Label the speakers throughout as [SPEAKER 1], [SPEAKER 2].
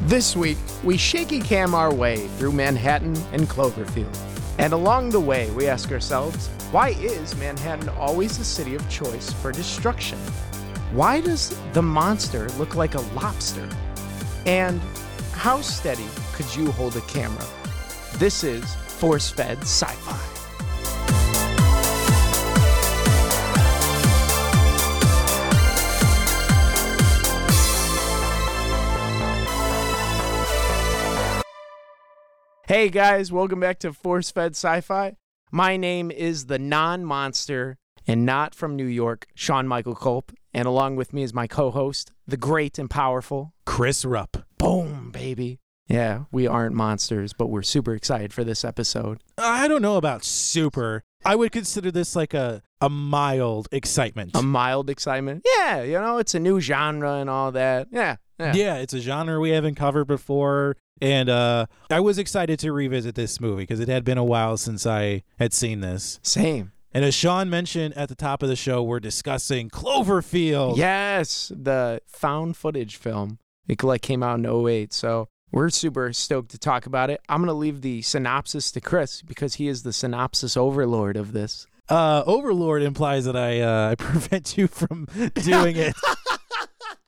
[SPEAKER 1] This week, we shaky cam our way through Manhattan and Cloverfield. And along the way, we ask ourselves why is Manhattan always the city of choice for destruction? Why does the monster look like a lobster? And how steady could you hold a camera? This is Force Fed Sci Fi. Hey guys, welcome back to Force Fed Sci Fi. My name is the non monster and not from New York, Sean Michael Culp. And along with me is my co host, the great and powerful
[SPEAKER 2] Chris Rupp.
[SPEAKER 1] Boom, baby. Yeah, we aren't monsters, but we're super excited for this episode.
[SPEAKER 2] I don't know about super. I would consider this like a, a mild excitement.
[SPEAKER 1] A mild excitement. Yeah, you know, it's a new genre and all that. Yeah. Yeah.
[SPEAKER 2] yeah, it's a genre we haven't covered before. And uh, I was excited to revisit this movie because it had been a while since I had seen this.
[SPEAKER 1] Same.
[SPEAKER 2] And as Sean mentioned at the top of the show, we're discussing Cloverfield.
[SPEAKER 1] Yes, the found footage film. It like came out in 08, so we're super stoked to talk about it. I'm going to leave the synopsis to Chris because he is the synopsis overlord of this.
[SPEAKER 2] Uh, Overlord implies that I uh, I prevent you from doing it.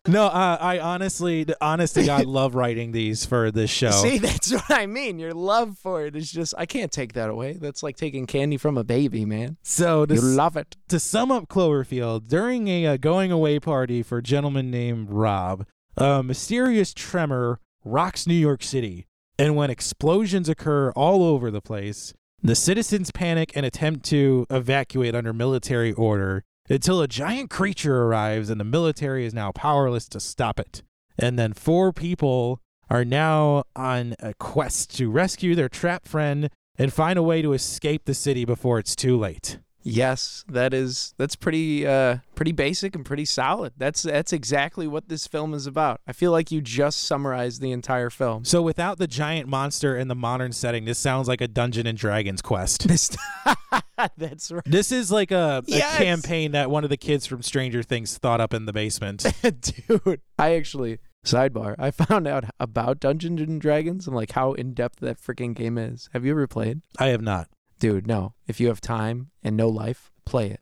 [SPEAKER 2] No, uh, I honestly, honest to God, love writing these for this show.
[SPEAKER 1] See, that's what I mean. Your love for it is just I can't take that away. That's like taking candy from a baby, man.
[SPEAKER 2] so to,
[SPEAKER 1] You
[SPEAKER 2] s-
[SPEAKER 1] love it.
[SPEAKER 2] to sum up Cloverfield, during a uh, going away party for a gentleman named Rob, a mysterious tremor rocks New York City, and when explosions occur all over the place, the citizens panic and attempt to evacuate under military order until a giant creature arrives and the military is now powerless to stop it. And then four people are now on a quest to rescue their trapped friend and find a way to escape the city before it's too late.
[SPEAKER 1] Yes, that is that's pretty uh pretty basic and pretty solid. That's that's exactly what this film is about. I feel like you just summarized the entire film.
[SPEAKER 2] So without the giant monster in the modern setting, this sounds like a Dungeon and Dragons quest.
[SPEAKER 1] This That's right.
[SPEAKER 2] This is like a,
[SPEAKER 1] Yes!
[SPEAKER 2] a campaign that one of the kids from Stranger Things thought up in the basement.
[SPEAKER 1] Dude, I actually sidebar. I found out about Dungeons and Dragons and like how in depth that freaking game is. Have you ever played?
[SPEAKER 2] I have not.
[SPEAKER 1] Dude, no. If you have time and no life, play it.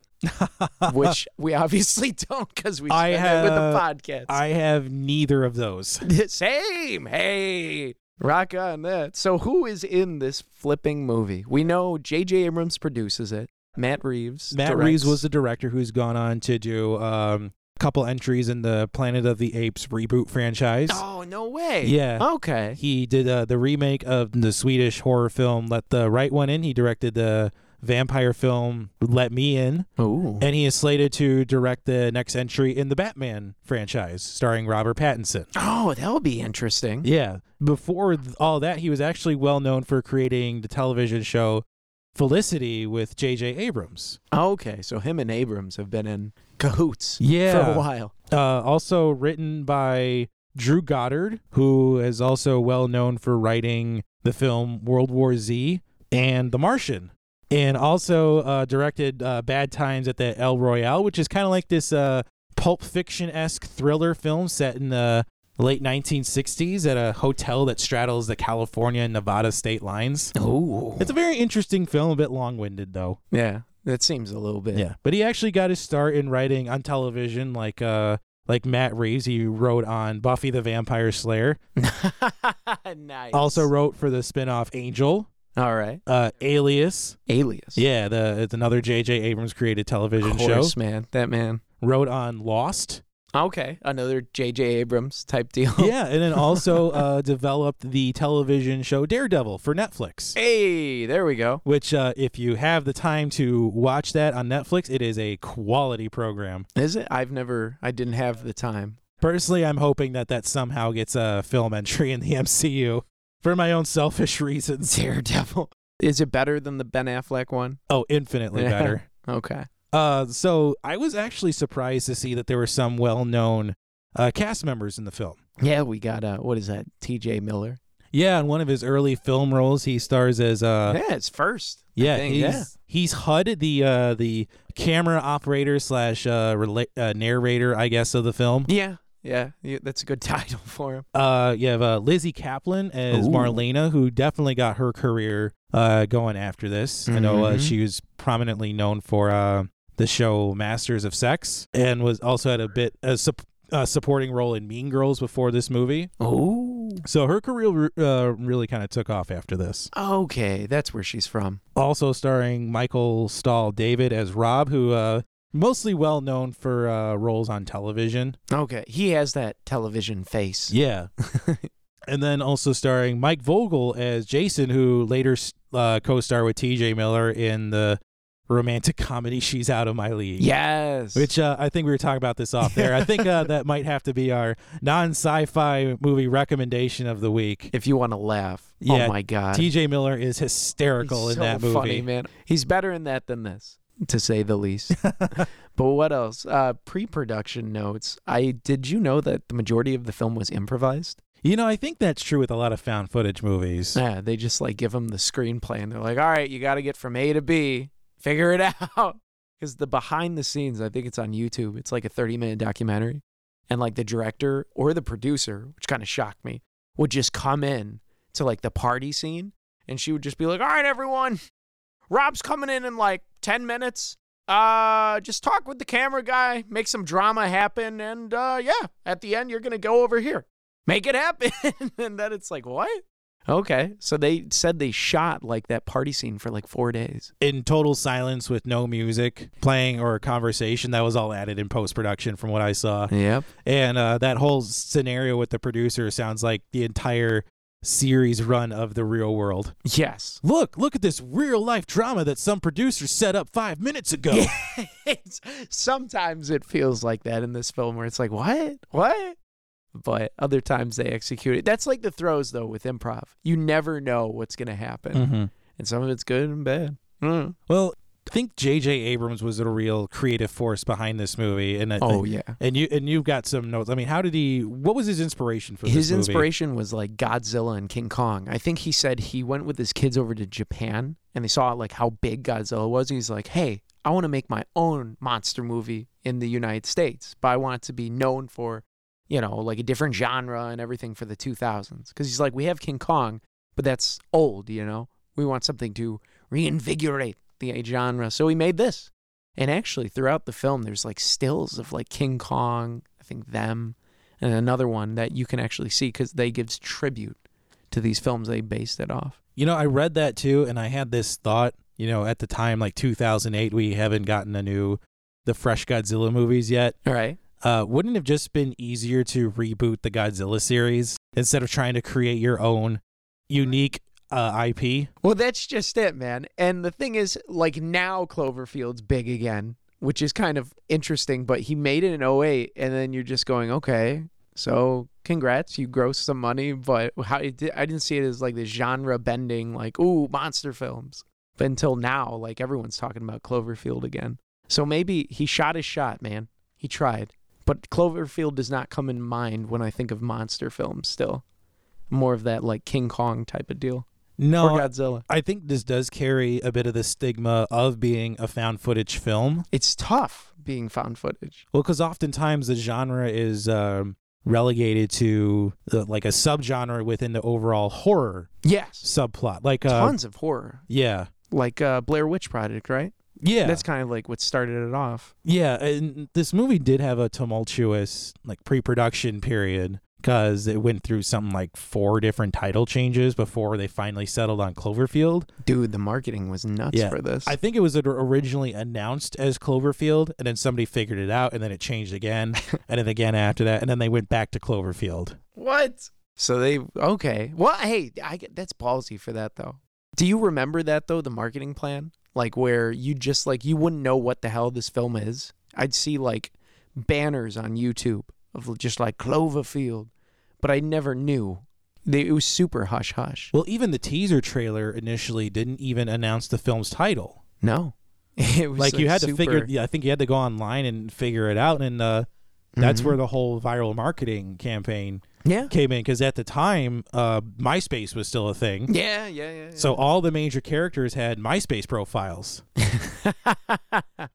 [SPEAKER 1] Which we obviously don't because we
[SPEAKER 2] I
[SPEAKER 1] spend it with
[SPEAKER 2] have-
[SPEAKER 1] the podcast.
[SPEAKER 2] I have neither of those.
[SPEAKER 1] Same. Hey, rock on that. So, who is in this flipping movie? We know J.J. Abrams produces it. Matt Reeves.
[SPEAKER 2] Matt
[SPEAKER 1] directs.
[SPEAKER 2] Reeves was the director who's gone on to do um, a couple entries in the Planet of the Apes reboot franchise.
[SPEAKER 1] Oh no way.
[SPEAKER 2] Yeah.
[SPEAKER 1] Okay.
[SPEAKER 2] He did uh, the remake of the Swedish horror film Let the Right One In. He directed the vampire film Let Me In.
[SPEAKER 1] Ooh.
[SPEAKER 2] And he is slated to direct the next entry in the Batman franchise, starring Robert Pattinson.
[SPEAKER 1] Oh, that'll be interesting.
[SPEAKER 2] Yeah. Before th- all that, he was actually well known for creating the television show Felicity with J.J. Abrams.
[SPEAKER 1] Oh, Okay, so him and Abrams have been in cahoots for a
[SPEAKER 2] Yeah.
[SPEAKER 1] while.
[SPEAKER 2] Uh, also written by Drew Goddard, who is also well known for writing the film World War Z and The Martian. And also uh, directed uh, Bad Times at the El Royale, which is kind of like this uh, pulp fiction esque thriller film set in the late 1960s at a hotel that straddles the California and Nevada state lines.
[SPEAKER 1] Oh.
[SPEAKER 2] It's a very interesting film, a bit long winded though.
[SPEAKER 1] Yeah, that seems a little bit.
[SPEAKER 2] Yeah, but he actually got his start in writing on television, like uh, like Matt Reeves. He wrote on Buffy the Vampire Slayer.
[SPEAKER 1] nice.
[SPEAKER 2] Also wrote for the spin-off Angel,
[SPEAKER 1] all right.
[SPEAKER 2] uh, Alias.
[SPEAKER 1] Alias.
[SPEAKER 2] Yeah, the it's another J.J. Abrams created television
[SPEAKER 1] of course,
[SPEAKER 2] show.
[SPEAKER 1] man. That man.
[SPEAKER 2] Wrote on Lost.
[SPEAKER 1] Okay, another J.J. Abrams type deal.
[SPEAKER 2] Yeah, and then also uh, developed the television show Daredevil for Netflix.
[SPEAKER 1] Hey, there we go.
[SPEAKER 2] Which, uh, if you have the time to watch that on Netflix, it is a quality program.
[SPEAKER 1] Is it? I've never. I didn't have the time.
[SPEAKER 2] Personally, I'm hoping that that somehow gets a film entry in the MCU for my own selfish reasons.
[SPEAKER 1] Daredevil. Is it better than the Ben Affleck one?
[SPEAKER 2] Oh, infinitely
[SPEAKER 1] Yeah.
[SPEAKER 2] better.
[SPEAKER 1] Okay.
[SPEAKER 2] Uh, so I was actually surprised to see that there were some well-known uh, cast members in the film.
[SPEAKER 1] Yeah, we got uh, what is that? T.J. Miller.
[SPEAKER 2] Yeah, in one of his early film roles, he stars as uh,
[SPEAKER 1] yeah, it's first. I
[SPEAKER 2] yeah,
[SPEAKER 1] think,
[SPEAKER 2] he's
[SPEAKER 1] yeah.
[SPEAKER 2] he's HUD, the uh, the camera operator slash uh, rela- uh, narrator, I guess, of the film.
[SPEAKER 1] Yeah, Yeah, you, that's a good title for him.
[SPEAKER 2] Uh, you have uh, Lizzie Kaplan as
[SPEAKER 1] Ooh.
[SPEAKER 2] Marlena, who definitely got her career uh, going after this. I know uh,
[SPEAKER 1] Mhm.
[SPEAKER 2] she was prominently known for uh, the show Masters of Sex and was also had a bit a sup- uh, supporting role in Mean Girls before this movie.
[SPEAKER 1] Oh.
[SPEAKER 2] So her career uh, really kind of took off after this.
[SPEAKER 1] Okay, that's where she's from.
[SPEAKER 2] Also starring Michael Stahl David as Rob, who uh, mostly well known for uh, roles on television.
[SPEAKER 1] Okay, he has that television face.
[SPEAKER 2] Yeah. and then also starring Mike Vogel as Jason, who later uh, co starred with TJ Miller in the romantic comedy She's Out of My League.
[SPEAKER 1] Yes.
[SPEAKER 2] Which uh, I think we were talking about this off there. I think uh, that might have to be our non sci fi movie recommendation of the week.
[SPEAKER 1] if you want to laugh.
[SPEAKER 2] Yeah,
[SPEAKER 1] oh my god.
[SPEAKER 2] TJ Miller is hysterical
[SPEAKER 1] He's
[SPEAKER 2] in
[SPEAKER 1] so
[SPEAKER 2] that movie.
[SPEAKER 1] funny, man. He's better in that than this, to say the least. but what else? Uh, pre-production notes. I did you know that the majority of the film was improvised?
[SPEAKER 2] You know, I think that's true with a lot of found footage movies.
[SPEAKER 1] Yeah, they just like give him the screenplay and they're like, "All right, you got to get from A to B. Figure it out." Because the behind the scenes, I think it's on YouTube. It's like a 30 minute documentary, and like the director or the producer, which kind of shocked me, would just come in to like the party scene, and she would just be like, "All right, everyone, Rob's coming in in like 10 minutes. Uh, just talk with the camera guy, make some drama happen, and uh, yeah, at the end you're gonna go over here, make it happen." and then it's like, what? Okay, so they said they shot like that party scene for like four days.
[SPEAKER 2] In total silence with no music playing or conversation, that was all added in post production from what I saw.
[SPEAKER 1] Yep.
[SPEAKER 2] And uh, that whole scenario with the producer sounds like the entire series run of the real world.
[SPEAKER 1] Yes.
[SPEAKER 2] Look, look at this real life drama that some producer set up five minutes ago.
[SPEAKER 1] It's- sometimes it feels like that in this film where it's like, what? What? But other times they execute it. That's like the throws though with improv. You never know what's gonna happen,
[SPEAKER 2] Mhm.
[SPEAKER 1] and some of it's good and bad. Mm.
[SPEAKER 2] Well, I think J.J. Abrams was a real creative force behind this movie. And I
[SPEAKER 1] Oh
[SPEAKER 2] think-
[SPEAKER 1] yeah.
[SPEAKER 2] And you and you've got some notes. I mean, how did he? What was his inspiration for
[SPEAKER 1] His
[SPEAKER 2] this movie?
[SPEAKER 1] inspiration was like Godzilla and King Kong. I think he said he went with his kids over to Japan and they saw like how big Godzilla was. And he's like, hey, I want to make my own monster movie in the United States, but I want it to be known for, you know, like a different genre and everything for the 2000s. Because he's like, we have King Kong, but that's old, you know? We want something to reinvigorate the genre. So he made this. And actually, throughout the film, there's like stills of like King Kong, I think them, and another one that you can actually see because they gives tribute to these films they based it off.
[SPEAKER 2] You know, I read that too, and I had this thought. You know, at the time, like 2008, we haven't gotten a new, the fresh Godzilla movies yet.
[SPEAKER 1] All right.
[SPEAKER 2] Uh, wouldn't it have just been easier to reboot the Godzilla series instead of trying to create your own unique uh, IP?
[SPEAKER 1] Well, that's just it, man. And the thing is, like now Cloverfield's big again, which is kind of interesting, but he made it in 08, and then you're just going, okay, so congrats, you grossed some money, but how it di- I didn't see it as like this genre bending, like, ooh, monster films. But until now, like everyone's talking about Cloverfield again. So maybe he shot his shot, man. He tried. But Cloverfield does not come in mind when I think of monster films still. More of that like King Kong type of deal.
[SPEAKER 2] No,
[SPEAKER 1] or Godzilla.
[SPEAKER 2] I think this does carry a bit of the stigma of being a found footage film.
[SPEAKER 1] it's tough being found footage.
[SPEAKER 2] Well, because oftentimes the genre is um, relegated to uh, like a subgenre within the overall horror
[SPEAKER 1] Yes.
[SPEAKER 2] subplot. Like, uh,
[SPEAKER 1] Tons of horror.
[SPEAKER 2] yeah,
[SPEAKER 1] Like uh, Blair Witch Project, right?
[SPEAKER 2] yeah,
[SPEAKER 1] That's kind of like what started it off.
[SPEAKER 2] Yeah, and this movie did have a tumultuous like pre-production period because it went through something like four different title changes before they finally settled on Cloverfield.
[SPEAKER 1] Dude, the marketing was nuts
[SPEAKER 2] Yeah.
[SPEAKER 1] for this.
[SPEAKER 2] I think it was originally announced as Cloverfield, and then somebody figured it out, and then it changed again, and then again after that, and then they went back to Cloverfield.
[SPEAKER 1] what? So they okay. Well, hey, I get that's ballsy for that though. Do you remember that though? The marketing plan, like where you just like you wouldn't know what the hell this film is. I'd see like banners on YouTube of just like Cloverfield, but I never knew. They, it was super hush hush.
[SPEAKER 2] Well, even the teaser trailer initially didn't even announce the film's title.
[SPEAKER 1] No, it was
[SPEAKER 2] Like you had to figure.
[SPEAKER 1] super-
[SPEAKER 2] Yeah, I think you had to go online and figure it out, and uh, that's
[SPEAKER 1] Mhm.
[SPEAKER 2] where the whole viral marketing campaign
[SPEAKER 1] yeah.
[SPEAKER 2] came in because at the time, uh, MySpace was still a thing.
[SPEAKER 1] Yeah, yeah, yeah.
[SPEAKER 2] So all the major characters had MySpace profiles.
[SPEAKER 1] So,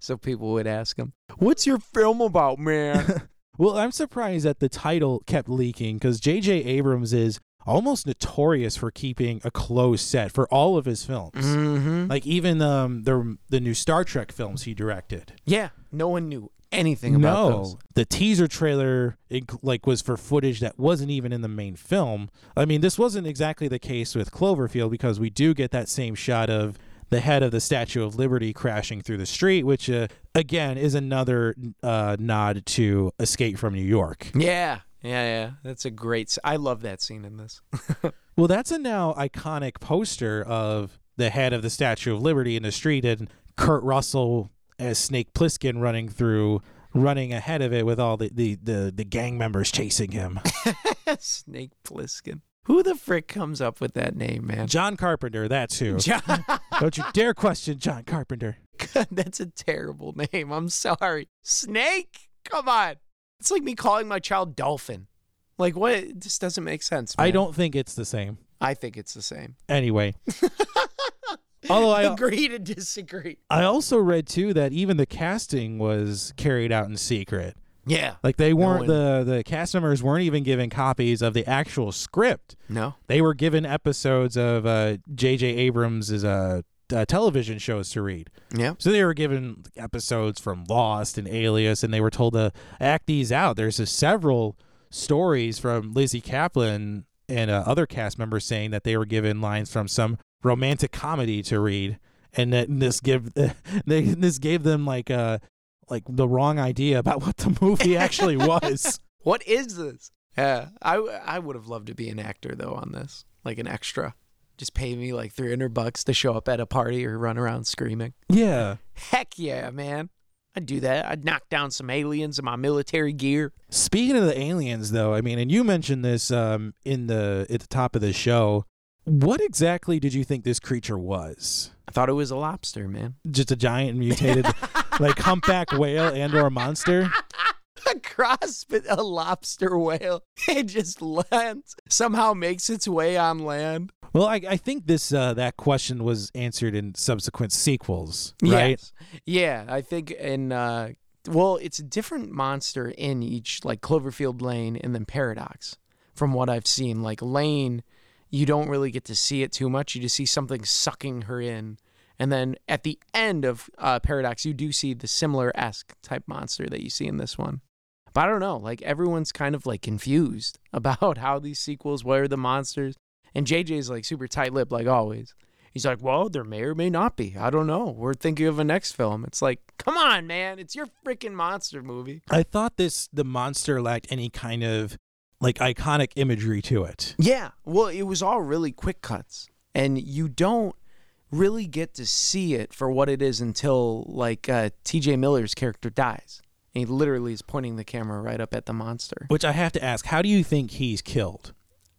[SPEAKER 1] so people would ask him, "What's your film about, man?"
[SPEAKER 2] Well, I'm surprised that the title kept leaking because J.J. Abrams is almost notorious for keeping a closed set for all of his films.
[SPEAKER 1] Mm-hmm.
[SPEAKER 2] Like even um, the the new Star Trek films he directed.
[SPEAKER 1] Yeah, no one knew anything about
[SPEAKER 2] no,
[SPEAKER 1] those.
[SPEAKER 2] the teaser trailer inc- like was for footage that wasn't even in the main film. I mean, this wasn't exactly the case with Cloverfield because we do get that same shot of the head of the Statue of Liberty crashing through the street, which uh, again is another uh, nod to Escape from New York.
[SPEAKER 1] Yeah, yeah, yeah. That's a great. s- I love that scene in this.
[SPEAKER 2] Well, that's a now iconic poster of the head of the Statue of Liberty in the street and Kurt Russell as Snake Plissken running through, running ahead of it with all the, the, the, the gang members chasing him.
[SPEAKER 1] Snake Plissken. Who the frick comes up with that name, man?
[SPEAKER 2] John Carpenter, that's who.
[SPEAKER 1] John.
[SPEAKER 2] Don't you dare question John Carpenter.
[SPEAKER 1] God, that's a terrible name. I'm sorry. Snake? Come on. It's like me calling my child Dolphin. Like, what? It just doesn't make sense.
[SPEAKER 2] I
[SPEAKER 1] man.
[SPEAKER 2] don't think it's the same.
[SPEAKER 1] I think it's the same.
[SPEAKER 2] Anyway. Although I, uh,
[SPEAKER 1] Agree to disagree.
[SPEAKER 2] I also read too that even the casting was carried out in secret.
[SPEAKER 1] Yeah.
[SPEAKER 2] Like they weren't
[SPEAKER 1] one-
[SPEAKER 2] the the cast members weren't even given copies of the actual script.
[SPEAKER 1] No.
[SPEAKER 2] They were given episodes of uh, J.J. Abrams' uh, uh, television shows to read.
[SPEAKER 1] Yeah.
[SPEAKER 2] So they were given episodes from Lost and Alias, and they were told to act these out. There's uh, several stories from Lizzie Kaplan and uh, other cast members saying that they were given lines from some romantic comedy to read, and that this give they this gave them like uh like the wrong idea about what the movie actually was.
[SPEAKER 1] What is this? Yeah. I, I would have loved to be an actor, though, on this, like an extra. Just pay me like 300 bucks to show up at a party or run around screaming.
[SPEAKER 2] Yeah.
[SPEAKER 1] Heck yeah, man. I'd do that. I'd knock down some aliens in my military gear.
[SPEAKER 2] Speaking of the aliens, though, I mean, and you mentioned this um, in the at the top of the show. What exactly did you think this creature was?
[SPEAKER 1] I thought it was a lobster, man.
[SPEAKER 2] Just a giant mutated, like humpback whale and/or monster?
[SPEAKER 1] a cross with a lobster whale. It just lands, somehow makes its way on land.
[SPEAKER 2] Well, I, I think this uh, that question was answered in subsequent sequels, right?
[SPEAKER 1] Yes. Yeah, I think in uh well, it's a different monster in each like Cloverfield Lane and then Paradox from what I've seen. Like Lane, you don't really get to see it too much. You just see something sucking her in. And then at the end of uh, Paradox, you do see the similar esque type monster that you see in this one. But I don't know. Like everyone's kind of like confused about how these sequels, where are the monsters? And JJ's like super tight lipped, like always. He's like, well, there may or may not be. I don't know. We're thinking of a next film. It's like, come on, man. It's your freaking monster movie.
[SPEAKER 2] I thought this the monster lacked any kind of like iconic imagery to it.
[SPEAKER 1] Yeah. Well, it was all really quick cuts. And you don't really get to see it for what it is until, like, uh, TJ Miller's character dies. And he literally is pointing the camera right up at the monster.
[SPEAKER 2] Which I have to ask, how do you think he's killed?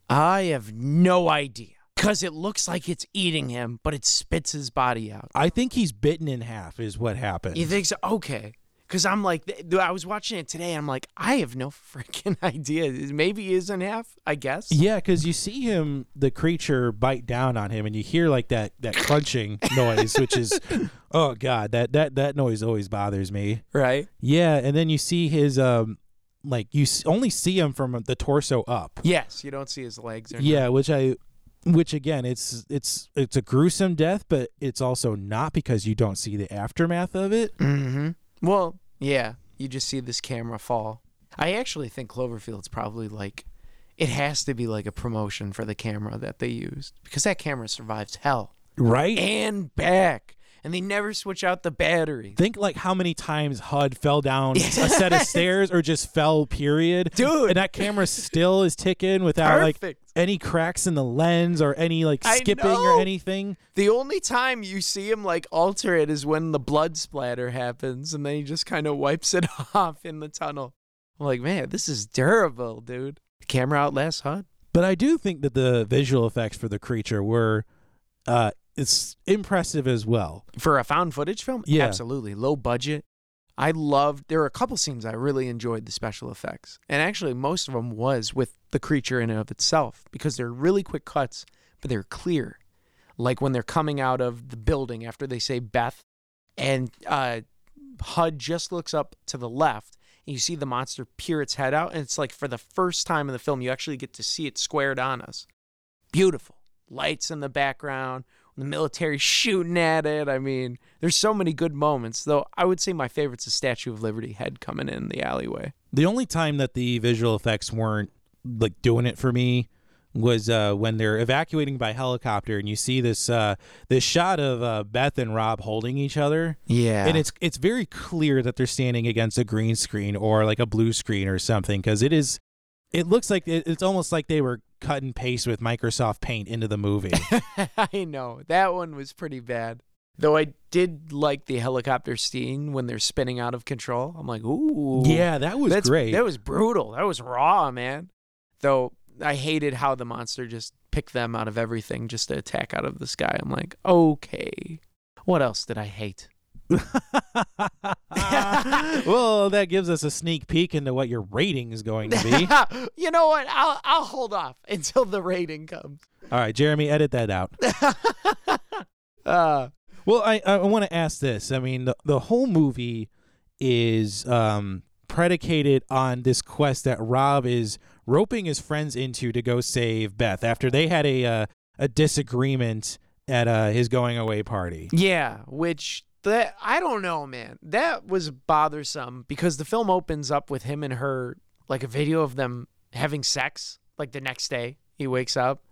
[SPEAKER 1] I have no idea. Because it looks like it's eating him, but it spits his body out.
[SPEAKER 2] I think he's bitten in half, is what happened.
[SPEAKER 1] You think so? Okay. Because I'm like, th- th- I was watching it today. I'm like, I have no freaking idea. Maybe he is in half, I guess.
[SPEAKER 2] Yeah, because you see him, the creature bite down on him, and you hear like that that crunching noise, which is, oh god, that that that noise always bothers me.
[SPEAKER 1] Right?
[SPEAKER 2] Yeah, and then you see his um, like you s- only see him from the torso up.
[SPEAKER 1] Yes. You don't see his legs or
[SPEAKER 2] Yeah, which I, which again, it's it's it's a gruesome death, but it's also not because you don't see the aftermath of it.
[SPEAKER 1] Mm-hmm. Well, yeah. You just see this camera fall. I actually think Cloverfield's probably like, it has to be like a promotion for the camera that they used because that camera survives hell
[SPEAKER 2] Right.
[SPEAKER 1] and back. And they never switch out the battery.
[SPEAKER 2] Think like how many times HUD fell down a set of stairs or just fell, period.
[SPEAKER 1] Dude.
[SPEAKER 2] And that camera still is ticking without like
[SPEAKER 1] Perfect.
[SPEAKER 2] any cracks in the lens or any like
[SPEAKER 1] I
[SPEAKER 2] skipping
[SPEAKER 1] know.
[SPEAKER 2] or anything.
[SPEAKER 1] The only time you see him like alter it is when the blood splatter happens and then he just kind of wipes it off in the tunnel. I'm like, man, this is durable, dude. The camera outlasts HUD.
[SPEAKER 2] But I do think that the visual effects for the creature were uh it's impressive as well.
[SPEAKER 1] For a found footage film?
[SPEAKER 2] Yeah.
[SPEAKER 1] Absolutely. Low budget. I loved there were a couple scenes I really enjoyed the special effects. And actually most of them was with the creature in and of itself because they're really quick cuts, but they're clear. Like when they're coming out of the building after they say Beth and uh HUD just looks up to the left. and you see the monster peer its head out, and it's like for the first time in the film, you actually get to see it squared on us. Beautiful. Lights in the background, the military shooting at it. I mean, there's so many good moments, though I would say my favorite's the Statue of Liberty head coming in the alleyway.
[SPEAKER 2] The only time that the visual effects weren't like doing it for me was uh, when they're evacuating by helicopter, and you see this uh, this shot of uh, Beth and Rob holding each other,
[SPEAKER 1] Yeah.
[SPEAKER 2] and it's it's very clear that they're standing against a green screen or like a blue screen or something because it is. It looks like it, it's almost like they were cut and paste with Microsoft Paint into the movie.
[SPEAKER 1] I know. That one was pretty bad. Though I did like the helicopter scene when they're spinning out of control. I'm like, ooh.
[SPEAKER 2] yeah, that was
[SPEAKER 1] That's,
[SPEAKER 2] great.
[SPEAKER 1] That was brutal. That was raw, man. Though I hated how the monster just picked them out of everything just to attack out of the sky. I'm like, okay. What else did I hate?
[SPEAKER 2] well, that gives us a sneak peek into what your rating is going to be.
[SPEAKER 1] you know what? I'll I'll hold off until the rating comes.
[SPEAKER 2] All right, Jeremy, edit that out.
[SPEAKER 1] Uh,
[SPEAKER 2] Well, I I want to ask this. I mean, the the whole movie is um predicated on this quest that Rob is roping his friends into to go save Beth after they had a uh, a disagreement at uh, his going away party.
[SPEAKER 1] yeah, which that I don't know, man. That was bothersome because the film opens up with him and her like a video of them having sex like the next day. He wakes up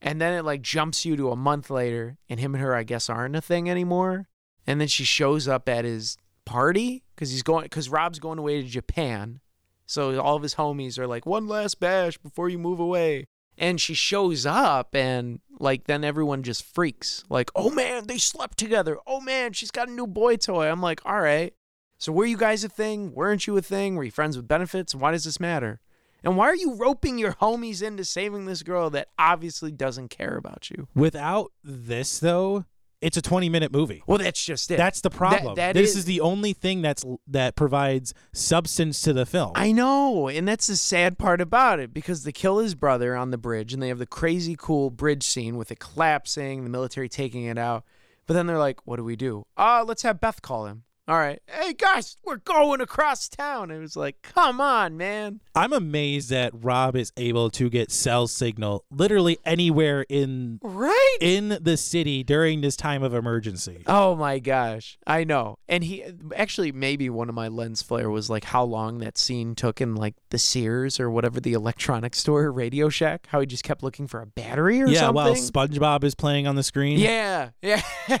[SPEAKER 1] and then it like jumps you to a month later and him and her I guess aren't a thing anymore. And then she shows up at his party cuz he's going cuz Rob's going away to Japan. So all of his homies are like one last bash before you move away. and she shows up and like then everyone just freaks like oh man they slept together oh man she's got a new boy toy i'm like all right so were you guys a thing weren't you a thing were you friends with benefits why does this matter and why are you roping your homies into saving this girl that obviously doesn't care about you
[SPEAKER 2] Without this though, it's a 20-minute movie.
[SPEAKER 1] well that's just it
[SPEAKER 2] That's the problem.
[SPEAKER 1] that
[SPEAKER 2] this
[SPEAKER 1] is-
[SPEAKER 2] is the only thing that's that provides substance to the film.
[SPEAKER 1] I know, and that's the sad part about it because they kill his brother on the bridge, and they have the crazy cool bridge scene with it collapsing, the military taking it out. But then they're like, "What do we do? Uh, let's have Beth call him." All right, hey guys, we're going across town. It was like, "Come on, man!"
[SPEAKER 2] I'm amazed that Rob is able to get cell signal literally anywhere in
[SPEAKER 1] Right?
[SPEAKER 2] in the city during this time of emergency.
[SPEAKER 1] Oh my gosh, I know. And he actually maybe one of my lens flare was like how long that scene took in like the Sears or whatever the electronics store, Radio Shack. How he just kept looking for a battery or
[SPEAKER 2] yeah,
[SPEAKER 1] something.
[SPEAKER 2] while SpongeBob is playing on the screen.
[SPEAKER 1] Yeah, yeah.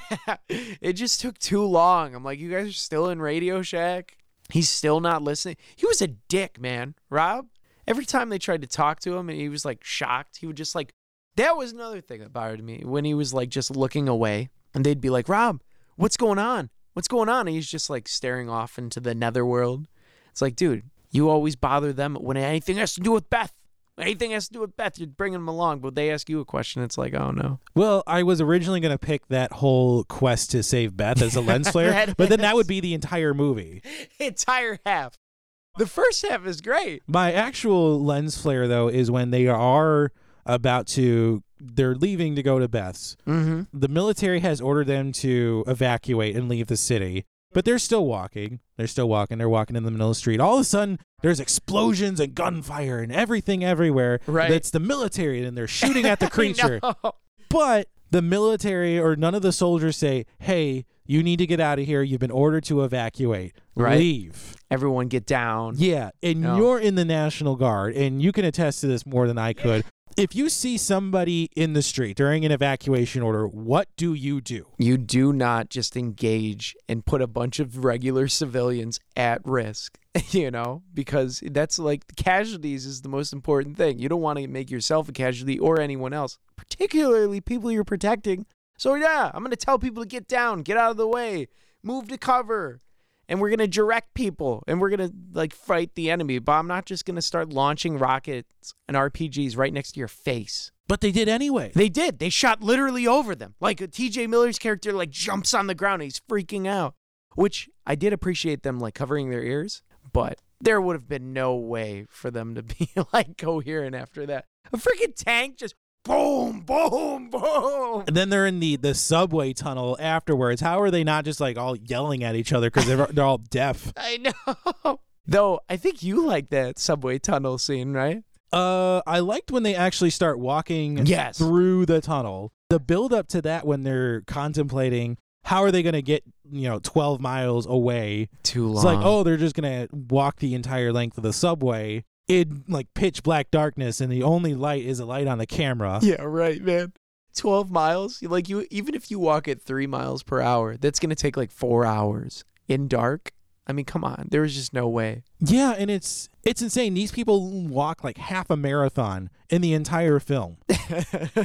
[SPEAKER 1] it just took too long. I'm like, you guys are still in Radio Shack. He's still not listening. He was a dick, man. Rob. Every time they tried to talk to him, and he was like shocked. He would just like. That was another thing that bothered me when he was like just looking away, and they'd be like, "Rob, what's going on? What's going on?" And he's just like staring off into the netherworld. It's like, dude, you always bother them when anything has to do with Beth. Anything has to do with Beth, you're bringing them along. But they ask you a question, it's like, oh no.
[SPEAKER 2] Well, I was originally going to pick that whole quest to save Beth as a lens flare,
[SPEAKER 1] That
[SPEAKER 2] but then that
[SPEAKER 1] is-
[SPEAKER 2] would be the entire movie.
[SPEAKER 1] entire half. The first half is great.
[SPEAKER 2] My actual lens flare though is when they are about to they're leaving to go to Beth's.
[SPEAKER 1] Mm-hmm.
[SPEAKER 2] the military has ordered them to evacuate and leave the city, but they're still walking. They're still walking. They're walking in the middle of the street. All of a sudden, there's explosions and gunfire and everything everywhere.
[SPEAKER 1] Right.
[SPEAKER 2] That's the military, and they're shooting at the creature. But the military or none of the soldiers say, hey, you need to get out of here. You've been ordered to evacuate.
[SPEAKER 1] Right.
[SPEAKER 2] Leave.
[SPEAKER 1] Everyone get down.
[SPEAKER 2] Yeah, and
[SPEAKER 1] No.
[SPEAKER 2] you're in the National Guard, and you can attest to this more than I could. If you see somebody in the street during an evacuation order, what do you do?
[SPEAKER 1] You do not just engage and put a bunch of regular civilians at risk, you know, because that's like casualties is the most important thing. You don't want to make yourself a casualty or anyone else, particularly people you're protecting. So, yeah, I'm going to tell people to get down, get out of the way, move to cover. and we're gonna direct people and we're gonna like fight the enemy but i'm not just gonna start launching rockets and rpgs right next to your face
[SPEAKER 2] But they did anyway.
[SPEAKER 1] they did they shot literally over them like tj miller's character like jumps on the ground and he's freaking out which i did appreciate them like covering their ears but there would have been no way for them to be like coherent after that a freaking tank just boom boom boom
[SPEAKER 2] And then they're in the, the subway tunnel afterwards. How are they not just like all yelling at each other because they're, they're all deaf?
[SPEAKER 1] i know Though I think you like that subway tunnel scene, right?
[SPEAKER 2] Uh, I liked when they actually start walking
[SPEAKER 1] Yes.
[SPEAKER 2] through the tunnel. The build up to that when they're contemplating how are they going to get, you know, 12 miles away.
[SPEAKER 1] Too long.
[SPEAKER 2] It's like, oh, they're just going to walk the entire length of the subway in like pitch black darkness and the only light is a light on the camera.
[SPEAKER 1] yeah, right, man. Twelve miles. Like you, even if you walk at three miles per hour, that's gonna take like four hours in dark. I mean, come on. There was just no way.
[SPEAKER 2] Yeah, and it's it's insane. These people walk like half a marathon in the entire film.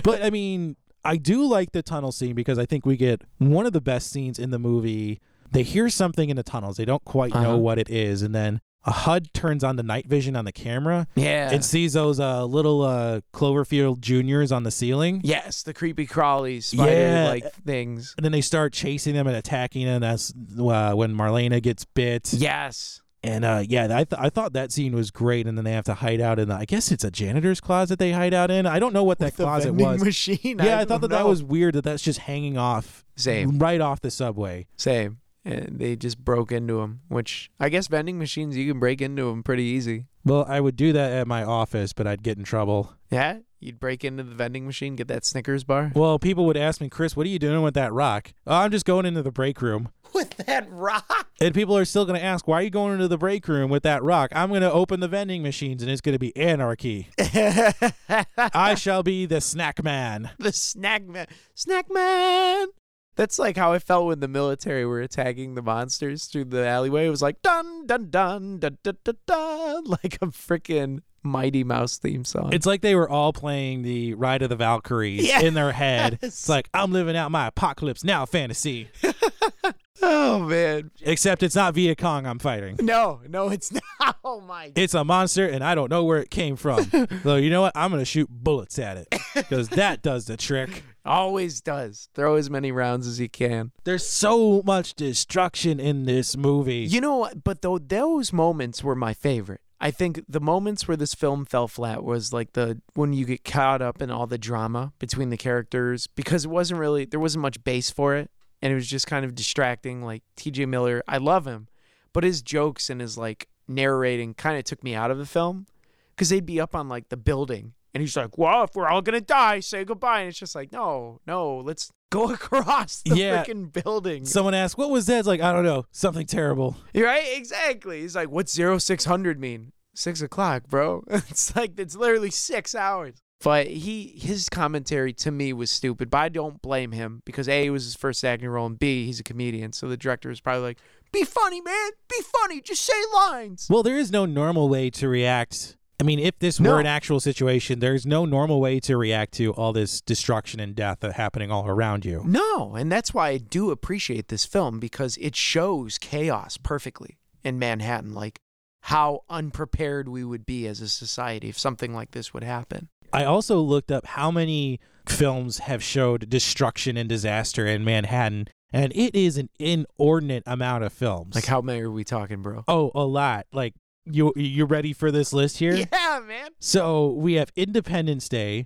[SPEAKER 2] but I mean, I do like the tunnel scene because I think we get one of the best scenes in the movie. They hear something in the tunnels. They don't quite
[SPEAKER 1] Uh-huh.
[SPEAKER 2] know what it is, and then a HUD turns on the night vision on the camera
[SPEAKER 1] Yeah.
[SPEAKER 2] and sees those uh, little uh, Cloverfield juniors on the ceiling.
[SPEAKER 1] yes, the creepy crawly spider like things.
[SPEAKER 2] And then they start chasing them and attacking them. That's uh, when Marlena gets bit.
[SPEAKER 1] Yes.
[SPEAKER 2] And uh, yeah, I, th- I thought that scene was great. And then they have to hide out in the, I guess it's a janitor's closet they hide out in. I don't know what that
[SPEAKER 1] The
[SPEAKER 2] closet
[SPEAKER 1] vending
[SPEAKER 2] was.
[SPEAKER 1] machine.
[SPEAKER 2] yeah, I,
[SPEAKER 1] don't
[SPEAKER 2] thought that that
[SPEAKER 1] know.
[SPEAKER 2] was weird that that's just hanging off
[SPEAKER 1] same.
[SPEAKER 2] right off the subway.
[SPEAKER 1] Same. And they just broke into them, which I guess vending machines you can break into them pretty easy.
[SPEAKER 2] Well, I would do that at my office, but I'd get in trouble.
[SPEAKER 1] Yeah, you'd break into the vending machine, get that Snickers bar.
[SPEAKER 2] Well, people would ask me, Chris, what are you doing with that rock? Oh, I'm just going into the break room.
[SPEAKER 1] With that rock.
[SPEAKER 2] And people are still going to ask, why are you going into the break room with that rock? I'm going to open the vending machines and it's going to be anarchy.
[SPEAKER 1] the
[SPEAKER 2] I shall be the snack man.
[SPEAKER 1] snack man. Snack man. That's like how I felt when the military were attacking the monsters through the alleyway. It was like dun dun dun dun dun dun, dun like a freaking Mighty Mouse theme song.
[SPEAKER 2] It's like they were all playing the Ride of the Valkyries
[SPEAKER 1] Yes.
[SPEAKER 2] in their head. It's like I'm living out my apocalypse now fantasy,
[SPEAKER 1] oh man.
[SPEAKER 2] except it's not Viet Cong I'm fighting.
[SPEAKER 1] No, no, it's not. Oh my
[SPEAKER 2] It's a monster, and I don't know where it came from. so you know what? I'm gonna shoot bullets at it because that does the trick.
[SPEAKER 1] Always does. Throw as many rounds as you can.
[SPEAKER 2] There's so much destruction in this movie.
[SPEAKER 1] You know what? But though those moments were my favorite. I think the moments where this film fell flat was like the when you get caught up in all the drama between the characters because it wasn't really there wasn't much base for it and it was just kind of distracting. Like T.J. Miller, I love him, but his jokes and his like narrating kind of took me out of the film because they'd be up on like the building and he's like, "Well, if we're all gonna die, say goodbye," and it's just like, "No, no, let's go across the
[SPEAKER 2] Yeah.
[SPEAKER 1] freaking building."
[SPEAKER 2] Someone asked, "What was that?" It's like I don't know, something terrible.
[SPEAKER 1] Right? Exactly. He's like, what's zero six hundred mean? Six o'clock, bro. It's like it's literally six hours. But he his commentary to me was stupid, but I don't blame him because A it was his first acting role and B he's a comedian, so the director was probably like, Be funny, man, be funny, just say lines.
[SPEAKER 2] Well, there is no normal way to react. I mean, if this
[SPEAKER 1] No.
[SPEAKER 2] were an actual situation, there's no normal way to react to all this destruction and death that happening all around you.
[SPEAKER 1] No, and that's why I do appreciate this film because it shows chaos perfectly in Manhattan, like how unprepared we would be as a society if something like this would happen.
[SPEAKER 2] I also looked up how many films have showed destruction and disaster in Manhattan, and it is an inordinate amount of films.
[SPEAKER 1] Like how many are we talking, bro?
[SPEAKER 2] Oh, a lot. Like you you ready for this list here?
[SPEAKER 1] Yeah, man.
[SPEAKER 2] So we have Independence Day,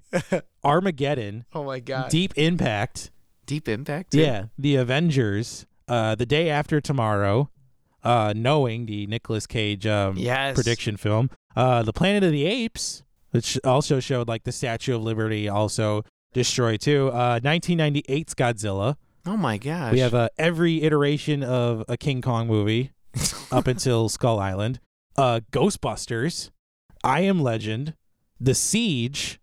[SPEAKER 2] Armageddon,
[SPEAKER 1] Oh my god. Deep,
[SPEAKER 2] Deep Impact,
[SPEAKER 1] impact. too?
[SPEAKER 2] yeah, The Avengers, uh, The Day After Tomorrow, uh, Knowing the Nicolas Cage um,
[SPEAKER 1] Yes.
[SPEAKER 2] prediction film, uh, The Planet of the Apes, which also showed like the Statue of Liberty also destroyed too. Uh, 1998's Godzilla.
[SPEAKER 1] Oh my gosh.
[SPEAKER 2] We have uh, every iteration of a King Kong movie up until Skull Island. Uh, Ghostbusters, I Am Legend, The Siege,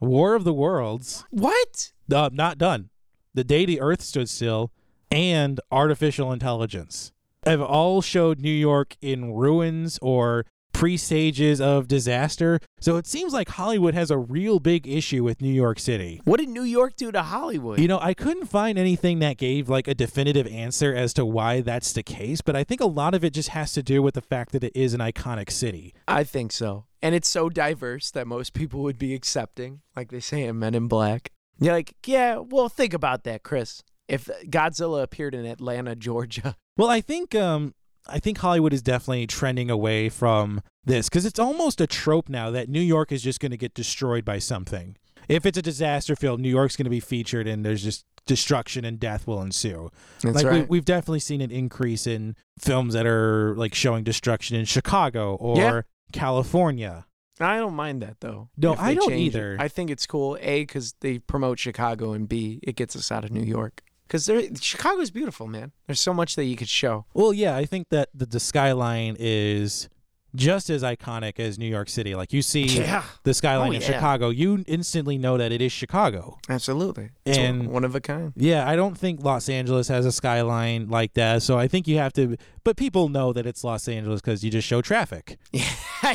[SPEAKER 2] War of the Worlds,
[SPEAKER 1] what?
[SPEAKER 2] uh, Not Done, The Day the Earth Stood Still, and Artificial Intelligence have all showed New York in ruins or presages of disaster. So it seems like Hollywood has a real big issue with New York City.
[SPEAKER 1] What did New York do to Hollywood?
[SPEAKER 2] You know, I couldn't find anything that gave like a definitive answer as to why that's the case, but I think a lot of it just has to do with the fact that it is an iconic city.
[SPEAKER 1] I think so. And it's so diverse that most people would be accepting, like they say in Men in Black. You're like, yeah, well, think about that, Chris. If Godzilla appeared in Atlanta, Georgia,
[SPEAKER 2] Well, I think um I think Hollywood is definitely trending away from this cuz it's almost a trope now that New York is just going to get destroyed by something. If it's a disaster film, New York's going to be featured and there's just destruction and death will ensue.
[SPEAKER 1] That's
[SPEAKER 2] like
[SPEAKER 1] right.
[SPEAKER 2] we, we've definitely seen an increase in films that are like showing destruction in Chicago or
[SPEAKER 1] Yeah.
[SPEAKER 2] California.
[SPEAKER 1] I don't mind that though.
[SPEAKER 2] No,
[SPEAKER 1] if
[SPEAKER 2] I
[SPEAKER 1] they
[SPEAKER 2] don't
[SPEAKER 1] change it.
[SPEAKER 2] either.
[SPEAKER 1] I think it's cool. A because they promote Chicago, and B it gets us out of New York. Because Chicago's beautiful, man. There's so much that you could show.
[SPEAKER 2] Well, yeah, I think that the, the skyline is just as iconic as New York City. Like you see the skyline
[SPEAKER 1] Oh,
[SPEAKER 2] of
[SPEAKER 1] yeah.
[SPEAKER 2] Chicago, you instantly know that it is Chicago.
[SPEAKER 1] absolutely. It's
[SPEAKER 2] And-
[SPEAKER 1] one of a kind.
[SPEAKER 2] Yeah, I don't think Los Angeles has a skyline like that. So I think you have to, but people know that it's Los Angeles because you just show traffic.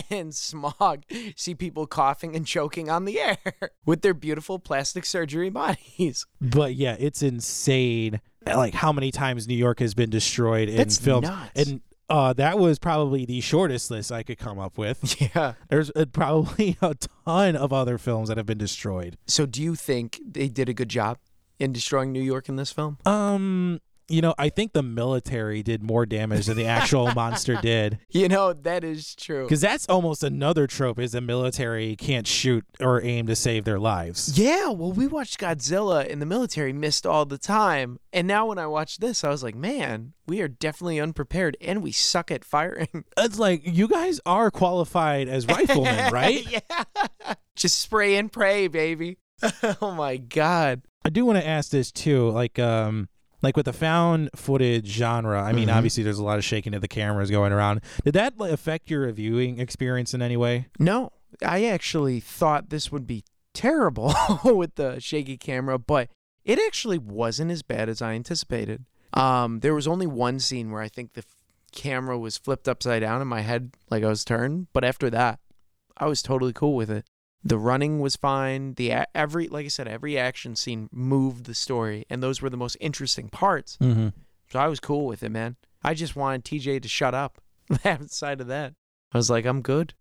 [SPEAKER 1] and smog. See people coughing and choking on the air with their beautiful plastic surgery bodies.
[SPEAKER 2] But yeah, it's insane. Like how many times New York has been destroyed in
[SPEAKER 1] That's
[SPEAKER 2] films.
[SPEAKER 1] nuts.
[SPEAKER 2] And uh, that was probably the shortest list I could come up with.
[SPEAKER 1] Yeah.
[SPEAKER 2] There's uh, probably a ton of other films that have been destroyed.
[SPEAKER 1] So do you think they did a good job in destroying New York in this film?
[SPEAKER 2] Um, you know, I think the military did more damage than the actual monster did.
[SPEAKER 1] You know that is true.
[SPEAKER 2] Because that's almost another trope is the military can't shoot or aim to save their lives.
[SPEAKER 1] Yeah, well, we watched Godzilla and the military missed all the time. And now when I watched this, I was like, man, we are definitely unprepared and we suck at firing.
[SPEAKER 2] It's like you guys are qualified as riflemen, right?
[SPEAKER 1] yeah. Just spray and pray, baby. oh my God.
[SPEAKER 2] I do want to ask this too, like um like with the found footage genre. I mean,
[SPEAKER 1] Mhm.
[SPEAKER 2] obviously there's a lot of shaking of the cameras going around. Did that like, affect your viewing experience in any way?
[SPEAKER 1] No, I actually thought this would be terrible with the shaky camera, but it actually wasn't as bad as I anticipated. Um, there was only one scene where I think the f- camera was flipped upside down and my head like I was turned, but after that, I was totally cool with it. The running was fine. The a- every like I said, every action scene moved the story, and those were the most interesting parts.
[SPEAKER 2] Mm-hmm.
[SPEAKER 1] So I was cool with it, man. I just wanted TJ to shut up. Outside of that, I was like, I'm good.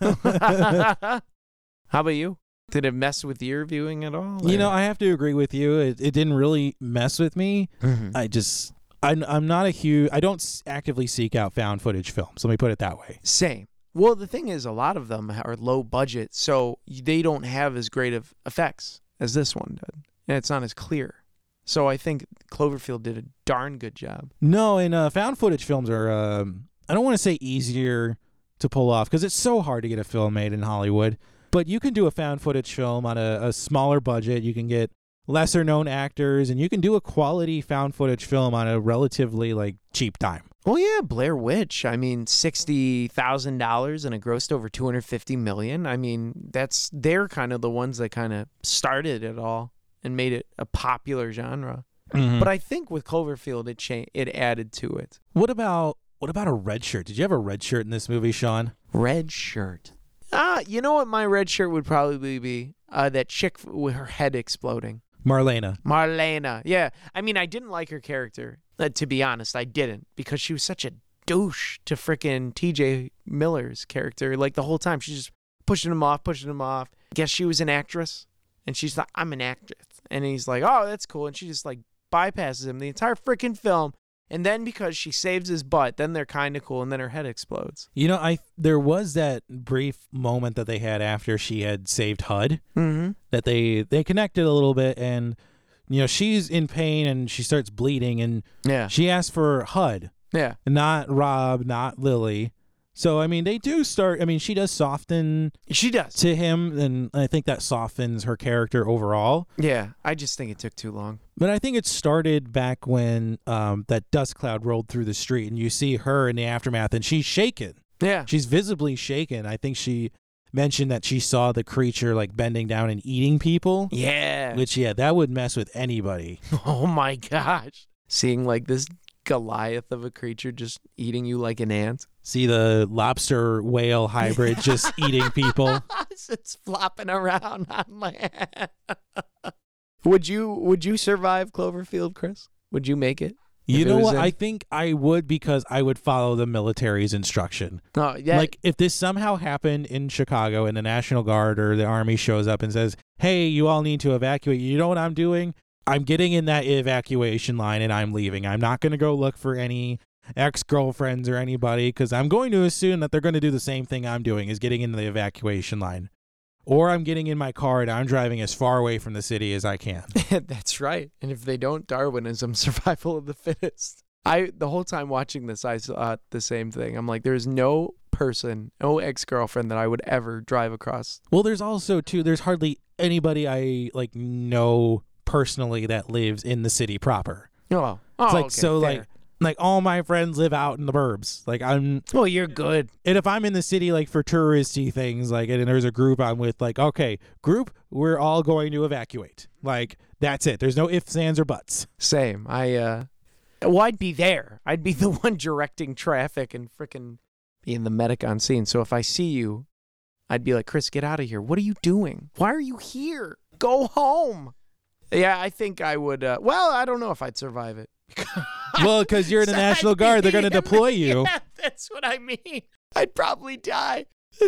[SPEAKER 1] How about you? Did it mess with your viewing at all?
[SPEAKER 2] you know, I have to agree with you. It, it didn't really mess with me.
[SPEAKER 1] Mm-hmm.
[SPEAKER 2] I just I'm, I'm not a huge I don't s- actively seek out found footage films. Let me put it that way.
[SPEAKER 1] same. Well, the thing is, a lot of them are low budget, so they don't have as great of effects as this one did, and it's not as clear. So I think Cloverfield did a darn good job.
[SPEAKER 2] No, and uh, found footage films are um, I don't want to say easier to pull off because it's so hard to get a film made in Hollywood. But you can do a found footage film on a, a smaller budget. You can get lesser known actors, and you can do a quality found footage film on a relatively like cheap time.
[SPEAKER 1] Well, yeah, Blair Witch. I mean, sixty thousand dollars and it grossed over two hundred fifty million. I mean, that's they're kind of the ones that kind of started it all and made it a popular genre. But
[SPEAKER 2] But I,
[SPEAKER 1] I think with Cloverfield, it cha- it added to it.
[SPEAKER 2] what about what about a red shirt? Did you have a red shirt in this movie, Sean?
[SPEAKER 1] Red shirt. Ah, you know what my red shirt would probably be? Uh, that chick f- with her head exploding.
[SPEAKER 2] Marlena.
[SPEAKER 1] Marlena. Yeah. I mean, I didn't like her character. Uh, to be honest, I didn't because she was such a douche to frickin' TJ Miller's character. Like the whole time, she's just pushing him off, pushing him off. Guess she was an actress. And she's like, I'm an actress. And he's like, oh, that's cool. And she just like bypasses him the entire frickin' film. And then because she saves his butt, then they're kind of cool. And then her head explodes.
[SPEAKER 2] You know, I there was that brief moment that they had after she had saved Hud.
[SPEAKER 1] Mm hmm.
[SPEAKER 2] that they they connected a little bit and you know she's in pain and she starts bleeding and
[SPEAKER 1] Yeah.
[SPEAKER 2] she asks for hud
[SPEAKER 1] Yeah.
[SPEAKER 2] not rob not lily so i mean they do start i mean she does soften
[SPEAKER 1] She does.
[SPEAKER 2] to him and i think that softens her character overall
[SPEAKER 1] Yeah. I just think it took too long.
[SPEAKER 2] but i think it started back when um, that dust cloud rolled through the street and you see her in the aftermath and she's shaken
[SPEAKER 1] Yeah.
[SPEAKER 2] she's visibly shaken i think she mentioned that she saw the creature like bending down and eating people
[SPEAKER 1] Yeah.
[SPEAKER 2] which yeah that would mess with anybody
[SPEAKER 1] Oh my gosh. Seeing like this Goliath of a creature just eating you like an ant.
[SPEAKER 2] see the lobster whale hybrid just eating people.
[SPEAKER 1] it's flopping around on land. would you would you survive Cloverfield, Chris? Would you make it?
[SPEAKER 2] You
[SPEAKER 1] If it
[SPEAKER 2] know
[SPEAKER 1] was
[SPEAKER 2] what?
[SPEAKER 1] in-
[SPEAKER 2] I think I would because I would follow the military's instruction.
[SPEAKER 1] No, yeah.
[SPEAKER 2] Like if this somehow happened in Chicago and the National Guard or the army shows up and says, "Hey, you all need to evacuate." You know what I'm doing? I'm getting in that evacuation line and I'm leaving. I'm not going to go look for any ex-girlfriends or anybody cuz I'm going to assume that they're going to do the same thing I'm doing is getting into the evacuation line. or I'm getting in my car and I'm driving as far away from the city as I can.
[SPEAKER 1] That's right. And if they don't, Darwinism, survival of the fittest. I the whole time watching this, I saw the same thing. I'm like, there is no person, no ex girlfriend that I would ever drive across.
[SPEAKER 2] Well, there's also too there's hardly anybody I like know personally that lives in the city proper.
[SPEAKER 1] Oh,
[SPEAKER 2] It's like so like like all my friends live out in the burbs. Like I'm
[SPEAKER 1] well, you're good.
[SPEAKER 2] and if I'm in the city like for touristy things like and there's a group I'm with like okay, group, we're all going to evacuate. Like that's it. There's no ifs, ands or buts.
[SPEAKER 1] Same. I uh, well, I'd be there. I'd be the one directing traffic and frickin' being the medic on scene. So if I see you, I'd be like, Chris, get out of here. What are you doing? Why are you here? Go home. Yeah, I think I would. Uh, well, I don't know if I'd survive it.
[SPEAKER 2] Well, cuz you're in the
[SPEAKER 1] So
[SPEAKER 2] National
[SPEAKER 1] I'd
[SPEAKER 2] Guard, they're
[SPEAKER 1] be
[SPEAKER 2] going to
[SPEAKER 1] in the-
[SPEAKER 2] deploy you.
[SPEAKER 1] Yeah, that's what I mean. I'd probably die,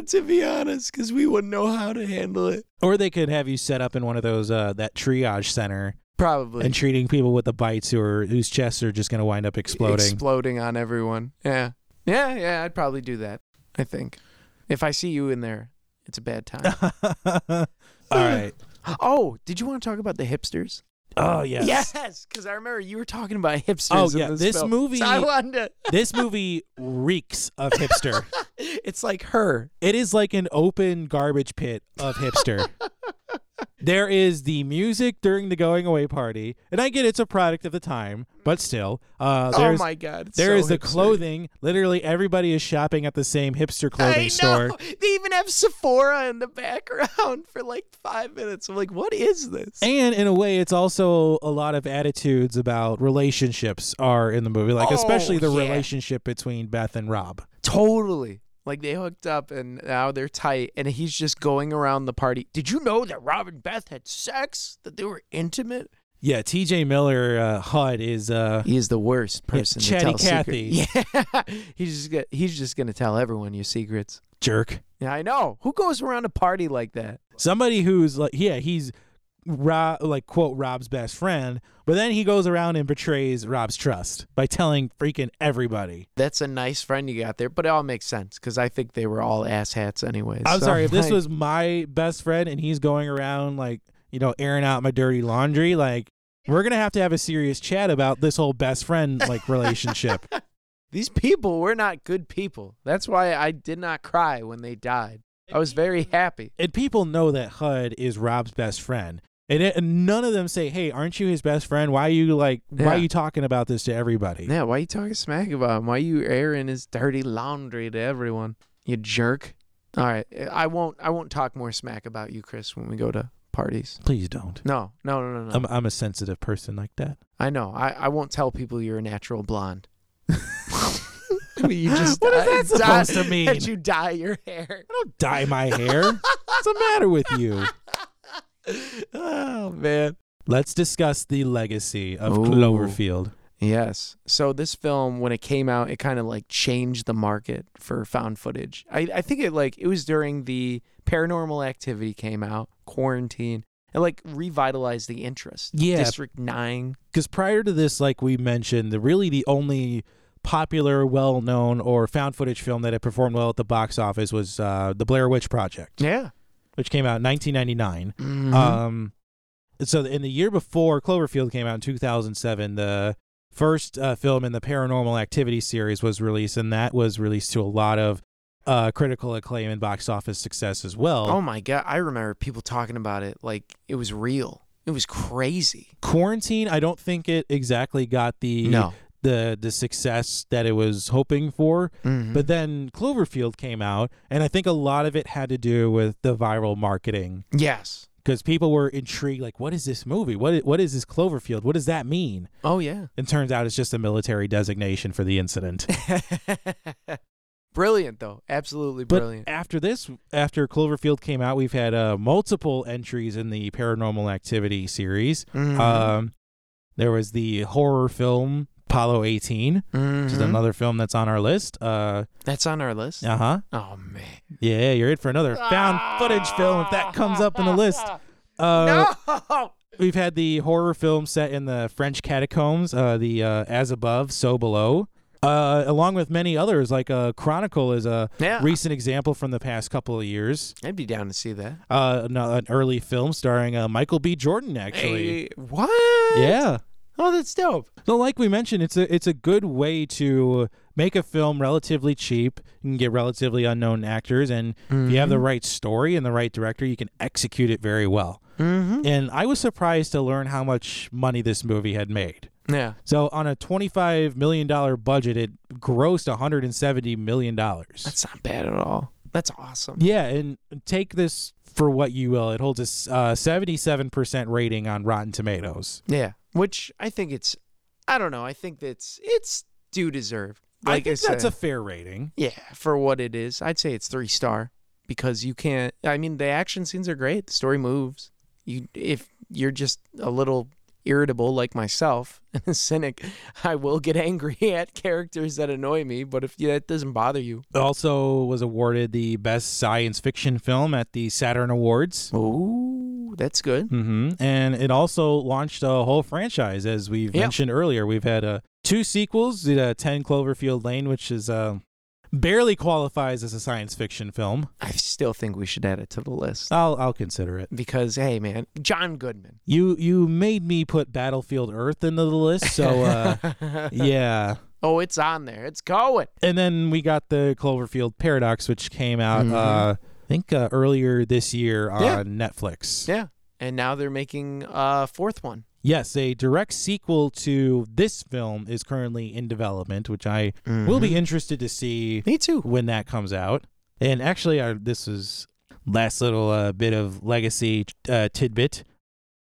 [SPEAKER 1] to be honest, because we wouldn't know how to handle it.
[SPEAKER 2] Or they could have you set up in one of those uh that triage center
[SPEAKER 1] Probably
[SPEAKER 2] and treating people with the bites who are whose chests are just going to wind up exploding.
[SPEAKER 1] exploding on everyone. Yeah, yeah, yeah. I'd probably do that. I think if I see you in there, it's a bad time.
[SPEAKER 2] all right.
[SPEAKER 1] oh, did you want to talk about the hipsters?
[SPEAKER 2] Oh yes.
[SPEAKER 1] Yes, because I remember you were talking about hipsters.
[SPEAKER 2] Oh,
[SPEAKER 1] in
[SPEAKER 2] yeah,
[SPEAKER 1] this,
[SPEAKER 2] this
[SPEAKER 1] film.
[SPEAKER 2] movie-
[SPEAKER 1] So I wanted to-
[SPEAKER 2] this movie reeks of hipster.
[SPEAKER 1] It's like her.
[SPEAKER 2] it is like an open garbage pit of hipster. there is the music during the going away party, and I get it's a product of the time, but still, uh,
[SPEAKER 1] Oh
[SPEAKER 2] there's
[SPEAKER 1] my god. it's so
[SPEAKER 2] there is the
[SPEAKER 1] hipster.
[SPEAKER 2] clothing. Literally, everybody is shopping at the same hipster clothing
[SPEAKER 1] I
[SPEAKER 2] store.
[SPEAKER 1] Know. They even have Sephora in the background for like five minutes. I'm like, what is this?
[SPEAKER 2] And in a way, it's also a lot of attitudes about relationships are in the movie, like
[SPEAKER 1] Oh,
[SPEAKER 2] especially the
[SPEAKER 1] yeah.
[SPEAKER 2] relationship between Beth and Rob.
[SPEAKER 1] totally. Like they hooked up and now they're tight and he's just going around the party. Did you know that Rob and Beth had sex? That they were intimate?
[SPEAKER 2] Yeah, T.J. Miller uh, HUD is uh,
[SPEAKER 1] He is the worst person
[SPEAKER 2] Chatty
[SPEAKER 1] to tell secrets. Yeah. he's just gonna, he's just gonna tell everyone your secrets.
[SPEAKER 2] jerk.
[SPEAKER 1] Yeah, I know. Who goes around a party like that?
[SPEAKER 2] somebody who's like yeah he's Rob, like quote Rob's best friend, but then he goes around and betrays Rob's trust by telling freaking everybody.
[SPEAKER 1] That's a nice friend you got there, but it all makes sense because I think they were all asshats anyways.
[SPEAKER 2] I'm
[SPEAKER 1] So
[SPEAKER 2] sorry if this
[SPEAKER 1] like-
[SPEAKER 2] was my best friend and he's going around like you know airing out my dirty laundry. Like we're gonna have to have a serious chat about this whole best friend like relationship.
[SPEAKER 1] These people were not good people. That's why I did not cry when they died. I was very happy.
[SPEAKER 2] and people know that HUD is Rob's best friend, and, it, and none of them say, "Hey, aren't you his best friend? Why you like
[SPEAKER 1] Yeah.
[SPEAKER 2] why you talking about this to everybody?"
[SPEAKER 1] Yeah, why you talking smack about him? Why you airing his dirty laundry to everyone? You jerk. All right, I won't. I won't talk more smack about you, Chris, when we go to parties.
[SPEAKER 2] Please don't.
[SPEAKER 1] No, no, no, no, no.
[SPEAKER 2] I'm I'm a sensitive person like that.
[SPEAKER 1] I know. I, I won't tell people you're a natural blonde. I mean, you just
[SPEAKER 2] What is
[SPEAKER 1] die-
[SPEAKER 2] that
[SPEAKER 1] die-
[SPEAKER 2] uh, supposed to mean?
[SPEAKER 1] That you dye your hair.
[SPEAKER 2] I don't dye my hair. What's the matter with you?
[SPEAKER 1] Oh man.
[SPEAKER 2] Let's discuss the legacy of
[SPEAKER 1] Ooh.
[SPEAKER 2] Cloverfield.
[SPEAKER 1] Yes. So this film, when it came out, it kind of like changed the market for found footage. I, I think it like it was during the Paranormal Activity came out, quarantine. It like revitalized the interest.
[SPEAKER 2] Yeah.
[SPEAKER 1] District Nine.
[SPEAKER 2] Because prior to this, like we mentioned, the really the only popular, well known, or found footage film that had performed well at the box office was uh, The Blair Witch Project,
[SPEAKER 1] Yeah.
[SPEAKER 2] which came out in 1999.
[SPEAKER 1] Mhm.
[SPEAKER 2] Um, so in the year before Cloverfield came out in 2007, the first uh, film in the Paranormal Activity series was released, and that was released to a lot of uh, critical acclaim and box office success as well.
[SPEAKER 1] oh my god! I remember people talking about it like it was real. It was crazy.
[SPEAKER 2] Quarantine, I don't think it exactly got the
[SPEAKER 1] No.
[SPEAKER 2] the the success that it was hoping for.
[SPEAKER 1] Mhm.
[SPEAKER 2] But then Cloverfield came out, and I think a lot of it had to do with the viral marketing
[SPEAKER 1] yes.
[SPEAKER 2] because people were intrigued, like, what is this movie? What i- what is this Cloverfield? What does that mean?
[SPEAKER 1] Oh yeah.
[SPEAKER 2] And turns out it's just a military designation for the incident.
[SPEAKER 1] brilliant though. Absolutely
[SPEAKER 2] But
[SPEAKER 1] brilliant.
[SPEAKER 2] after this, after Cloverfield came out, we've had uh, multiple entries in the Paranormal Activity series.
[SPEAKER 1] Mhm.
[SPEAKER 2] Um, there was the horror film Apollo 18, which is
[SPEAKER 1] Mhm.
[SPEAKER 2] another film that's on our list. Uh
[SPEAKER 1] That's on our list.
[SPEAKER 2] huh.
[SPEAKER 1] Oh man.
[SPEAKER 2] Yeah, you're in for another found footage film if that comes up in the list. Uh,
[SPEAKER 1] no.
[SPEAKER 2] We've had the horror film set in the French catacombs, uh, the uh, As Above, So Below. uh, along with many others. Like uh, Chronicle is a
[SPEAKER 1] Yeah.
[SPEAKER 2] recent example from the past couple of years.
[SPEAKER 1] I'd be down to see that.
[SPEAKER 2] Uh, no, an early film starring uh, Michael B. Jordan, actually.
[SPEAKER 1] Hey, what?
[SPEAKER 2] Yeah.
[SPEAKER 1] Oh, that's dope.
[SPEAKER 2] No, like we mentioned, it's a it's a good way to make a film relatively cheap. You can get relatively unknown actors, and if you have
[SPEAKER 1] Mm-hmm.
[SPEAKER 2] the right story and the right director, you can execute it very well.
[SPEAKER 1] Mm-hmm.
[SPEAKER 2] And I was surprised to learn how much money this movie had made.
[SPEAKER 1] Yeah.
[SPEAKER 2] So on a twenty-five million dollar budget, it grossed one hundred and seventy million dollars.
[SPEAKER 1] That's not bad at all. That's awesome.
[SPEAKER 2] Yeah, and take this for what you will. It holds a uh, seventy-seven percent rating on Rotten Tomatoes.
[SPEAKER 1] Yeah. Which I think it's, I don't know. I think that's, it's due deserved.
[SPEAKER 2] I think that's
[SPEAKER 1] said.
[SPEAKER 2] a fair rating.
[SPEAKER 1] Yeah, for what it is, I'd say it's three star because you can't. I mean, the action scenes are great. The story moves. You, if you're just a little irritable like myself, a cynic, I will get angry at characters that annoy me. But if that doesn't bother you,
[SPEAKER 2] also was awarded the best science fiction film at the Saturn Awards.
[SPEAKER 1] oh, that's good.
[SPEAKER 2] hmm And it also launched a whole franchise, as we've
[SPEAKER 1] Yeah.
[SPEAKER 2] mentioned earlier. We've had uh, two sequels, the uh, 10 Cloverfield Lane, which is uh, barely qualifies as a science fiction film.
[SPEAKER 1] I still think we should add it to the list
[SPEAKER 2] I'll, I'll consider it.
[SPEAKER 1] because hey, man, John Goodman.
[SPEAKER 2] You you made me put Battlefield Earth into the list, so uh, yeah.
[SPEAKER 1] oh, it's on there. It's going.
[SPEAKER 2] And then we got the Cloverfield Paradox, which came out,
[SPEAKER 1] Mhm.
[SPEAKER 2] uh, I think, uh, earlier this year on
[SPEAKER 1] Yeah.
[SPEAKER 2] Netflix.
[SPEAKER 1] Yeah, and now they're making a fourth one.
[SPEAKER 2] Yes, a direct sequel to this film is currently in development, which I will
[SPEAKER 1] Mm-hmm.
[SPEAKER 2] be interested to see
[SPEAKER 1] Me too.
[SPEAKER 2] when that comes out. And actually, our, this is last little uh, bit of legacy uh, tidbit.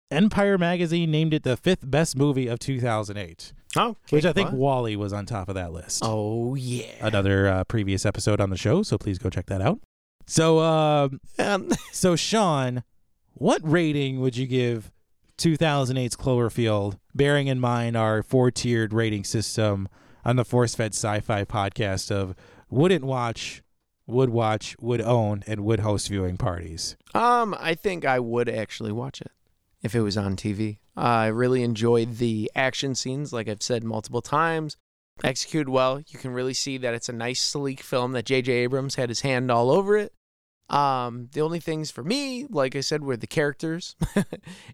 [SPEAKER 2] Empire magazine named it the fifth best movie of 2008,
[SPEAKER 1] Oh,
[SPEAKER 2] which I think Wally was on top of that list.
[SPEAKER 1] Oh yeah.
[SPEAKER 2] Another uh, previous episode on the show, so please go check that out. So, um,
[SPEAKER 1] Um,
[SPEAKER 2] so Sean, what rating would you give 2008's Cloverfield, bearing in mind our four-tiered rating system on the force-fed sci-fi podcast of wouldn't watch, would watch, would own, and would host viewing parties?
[SPEAKER 1] um, I think I would actually watch it if it was on TV. I really enjoyed the action scenes, like I've said multiple times. Executed well. You can really see that it's a nice, sleek film that J.J. Abrams had his hand all over it. Um, the only things for me, like I said, were the characters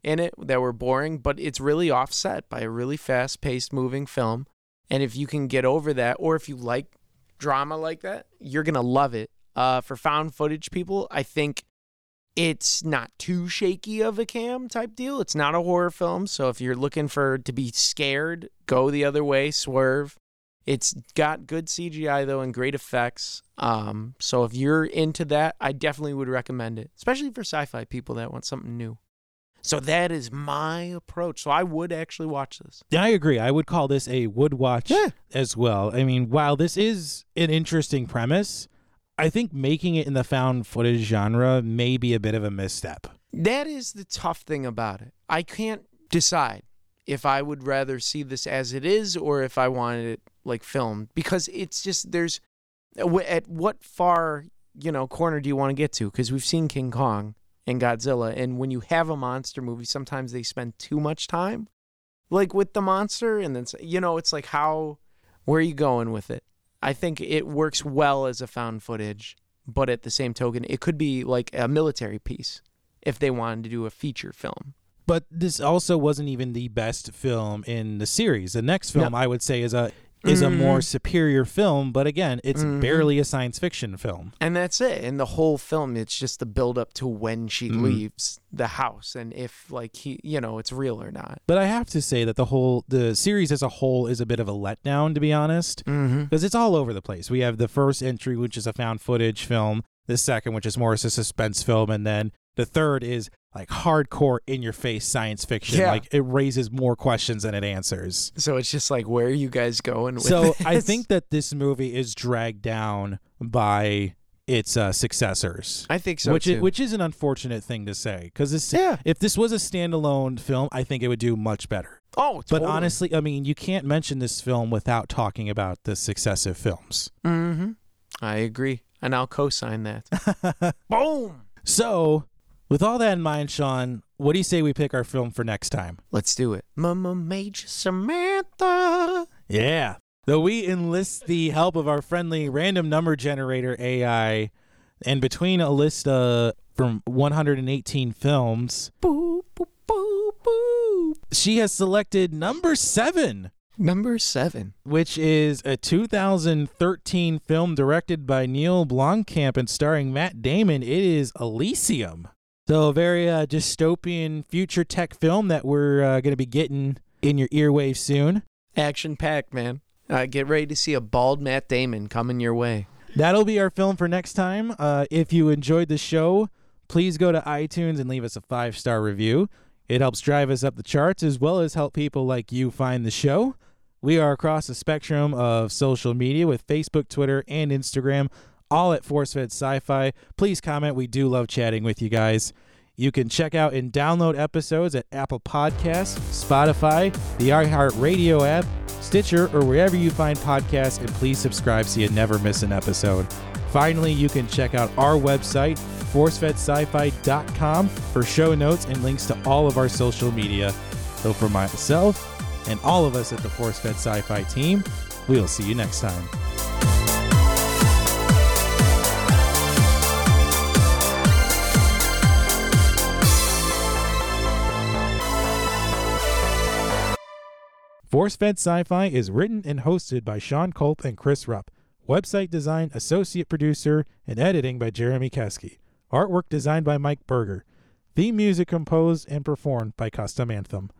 [SPEAKER 1] in it that were boring, but it's really offset by a really fast paced moving film. And if you can get over that, or if you like drama like that, you're going to love it. Uh, for found footage people, I think it's not too shaky of a cam type deal. It's not a horror film. So if you're looking for to be scared, go the other way, swerve. It's got good CGI though and great effects. Um, so if you're into that, I definitely would recommend it, especially for sci-fi people that want something new. So that is my approach. So I would actually watch this.
[SPEAKER 2] Yeah, I agree. I would call this a would watch
[SPEAKER 1] Yeah.
[SPEAKER 2] as well. I mean, while this is an interesting premise, I think making it in the found footage genre may be a bit of a misstep.
[SPEAKER 1] That is the tough thing about it. I can't decide if I would rather see this as it is or if I wanted it like filmed because it's just there's w- at what far you know corner do you want to get to? Because we've seen King Kong and Godzilla, and when you have a monster movie, sometimes they spend too much time like with the monster, and then s- you know it's like how where are you going with it? I think it works well as a found footage, but at the same token, it could be like a military piece if they wanted to do a feature film.
[SPEAKER 2] But this also wasn't even the best film in the series. The next film
[SPEAKER 1] No.
[SPEAKER 2] I would say is a is a more
[SPEAKER 1] Mhm.
[SPEAKER 2] superior film, but again, it's
[SPEAKER 1] Mhm.
[SPEAKER 2] barely a science fiction film.
[SPEAKER 1] And that's it. And the whole film, it's just the build up to when she
[SPEAKER 2] Mhm.
[SPEAKER 1] leaves the house and if like he, you know, it's real or not.
[SPEAKER 2] But I have to say that the whole the series as a whole is a bit of a letdown to be honest,
[SPEAKER 1] Mm-hmm.
[SPEAKER 2] because it's all over the place. We have the first entry which is a found footage film, the second which is more as a suspense film and then the third is like hardcore in your face science fiction.
[SPEAKER 1] Yeah.
[SPEAKER 2] Like it raises more questions than it answers.
[SPEAKER 1] So it's just like, where are you guys going with
[SPEAKER 2] So I
[SPEAKER 1] this?
[SPEAKER 2] think that this movie is dragged down by its uh, successors,
[SPEAKER 1] I think so
[SPEAKER 2] which
[SPEAKER 1] too.
[SPEAKER 2] Is, which is an unfortunate thing to say because this.
[SPEAKER 1] yeah.
[SPEAKER 2] If this was a standalone film, I think it would do much better.
[SPEAKER 1] Oh,
[SPEAKER 2] But
[SPEAKER 1] totally.
[SPEAKER 2] honestly, I mean, you can't mention this film without talking about the successive films.
[SPEAKER 1] hmm I agree. And I'll co sign that. Boom.
[SPEAKER 2] So, with all that in mind, Sean, what do you say we pick our film for next time?
[SPEAKER 1] Let's do it. Mama Major Samantha.
[SPEAKER 2] Yeah. Though we enlist the help of our friendly random number generator AI, and between a list uh, from 118 films, boop, boop, boop, boop, she has selected number seven,
[SPEAKER 1] Number seven.
[SPEAKER 2] which is a 2013 film directed by Neil Blomkamp and starring Matt Damon. It is Elysium. So, a very uh, dystopian future tech film that we're uh, going to be getting in your earwaves soon.
[SPEAKER 1] Action packed, man. Uh, get ready to see a bald Matt Damon coming your way.
[SPEAKER 2] That'll be our film for next time. Uh, if you enjoyed the show, please go to iTunes and leave us a five star review. It helps drive us up the charts as well as help people like you find the show. We are across the spectrum of social media with Facebook, Twitter, and Instagram, all at ForceFed Sci Fi. Please comment. We do love chatting with you guys. You can check out and download episodes at Apple Podcasts, Spotify, the iHeartRadio app, Stitcher, or wherever you find podcasts, and please subscribe so you never miss an episode. Finally, you can check out our website, forcefedscifi.com, for show notes and links to all of our social media. So for myself and all of us at the Force Fed Sci-Fi team, we'll see you next time. Force Fed Sci-Fi is written and hosted by Sean Culp and Chris Rupp. Website design, associate producer, and editing by Jeremy Keski. Artwork designed by Mike Berger. Theme music composed and performed by Custom Anthem.